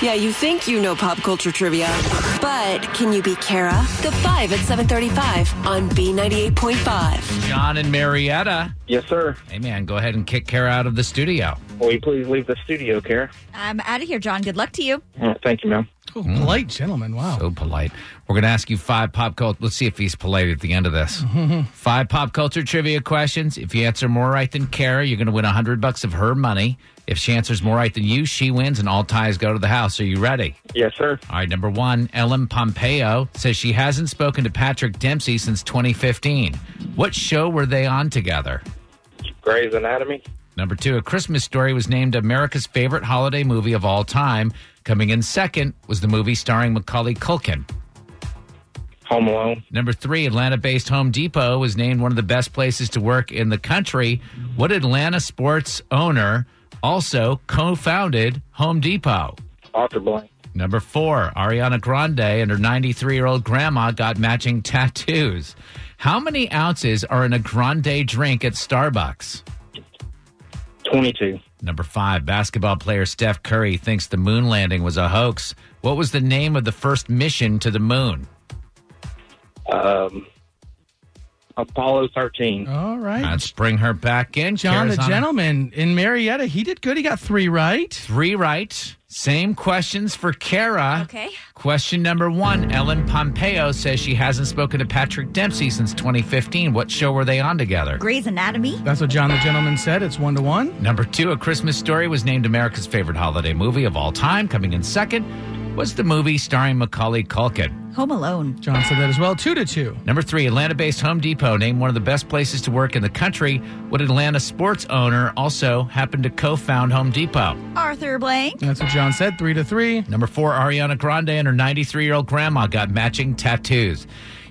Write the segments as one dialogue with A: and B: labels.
A: Yeah, you think you know pop culture trivia, but can you be Kara? The 5 at 735 on B98.5.
B: John and Marietta.
C: Yes, sir.
B: Hey, man, go ahead and kick Kara out of the studio.
C: Will you please leave the studio, Kara?
D: I'm out of here, John. Good luck to you.
C: Oh, thank you, ma'am.
E: Oh, polite gentleman. Wow.
B: So polite. We're going to ask you five pop culture. Let's see if he's polite at the end of this. five pop culture trivia questions. If you answer more right than Kara, you're going to win a hundred bucks of her money. If she answers more right than you, she wins, and all ties go to the house. Are you ready?
C: Yes, sir.
B: All right. Number one, Ellen Pompeo says she hasn't spoken to Patrick Dempsey since 2015. What show were they on together?
C: Grey's Anatomy.
B: Number two, A Christmas Story was named America's favorite holiday movie of all time. Coming in second was the movie starring Macaulay Culkin.
C: Home Alone.
B: Number three, Atlanta based Home Depot was named one of the best places to work in the country. What Atlanta sports owner also co founded Home Depot?
C: Author blank.
B: Number four, Ariana Grande and her 93 year old grandma got matching tattoos. How many ounces are in a grande drink at Starbucks?
C: 22.
B: Number five, basketball player Steph Curry thinks the moon landing was a hoax. What was the name of the first mission to the moon?
C: Um, Apollo 13.
E: All right.
B: Let's bring her back in.
E: John, the
B: Kara's on a-
E: gentleman in Marietta, he did good. He got three right.
B: Three right. Same questions for Kara.
D: Okay.
B: Question number one Ellen Pompeo says she hasn't spoken to Patrick Dempsey since 2015. What show were they on together?
D: Grey's Anatomy.
E: That's what John, the gentleman said. It's one to one.
B: Number two, A Christmas Story was named America's favorite holiday movie of all time. Coming in second was the movie starring Macaulay Culkin.
D: Home Alone.
E: John said that as well. Two to two.
B: Number three, Atlanta based Home Depot named one of the best places to work in the country. What Atlanta sports owner also happened to co found Home Depot?
D: Arthur Blank.
E: That's what John said. Three to three.
B: Number four, Ariana Grande and her 93 year old grandma got matching tattoos.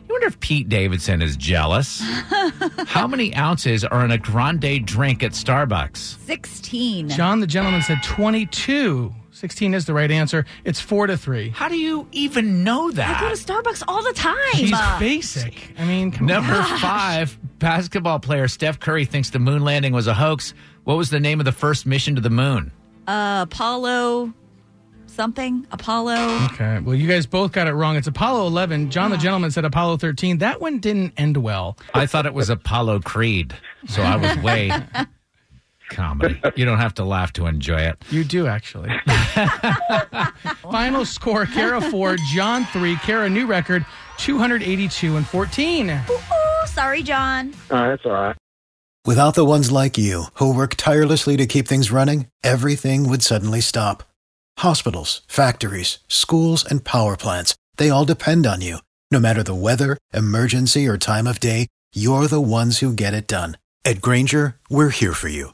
B: You wonder if Pete Davidson is jealous. How many ounces are in a grande drink at Starbucks?
D: 16.
E: John, the gentleman said 22. 16 is the right answer. It's four to three.
B: How do you even know
D: I go to
B: that?
D: Starbucks all the time.
E: He's
D: Uh,
E: basic. I mean, come on.
B: Number five, basketball player Steph Curry thinks the moon landing was a hoax. What was the name of the first mission to the moon?
D: Apollo something. Apollo.
E: Okay. Well, you guys both got it wrong. It's Apollo 11. John, the gentleman said Apollo 13. That one didn't end well.
B: I thought it was Apollo Creed, so I was way comedy. You don't have to laugh to enjoy it.
E: You do, actually. Final score Kara 4, John 3. Kara, new record 282 and 14.
D: Oh, sorry, John.
C: Oh, that's all right.
F: Without the ones like you, who work tirelessly to keep things running, everything would suddenly stop. Hospitals, factories, schools, and power plants, they all depend on you. No matter the weather, emergency, or time of day, you're the ones who get it done. At Granger, we're here for you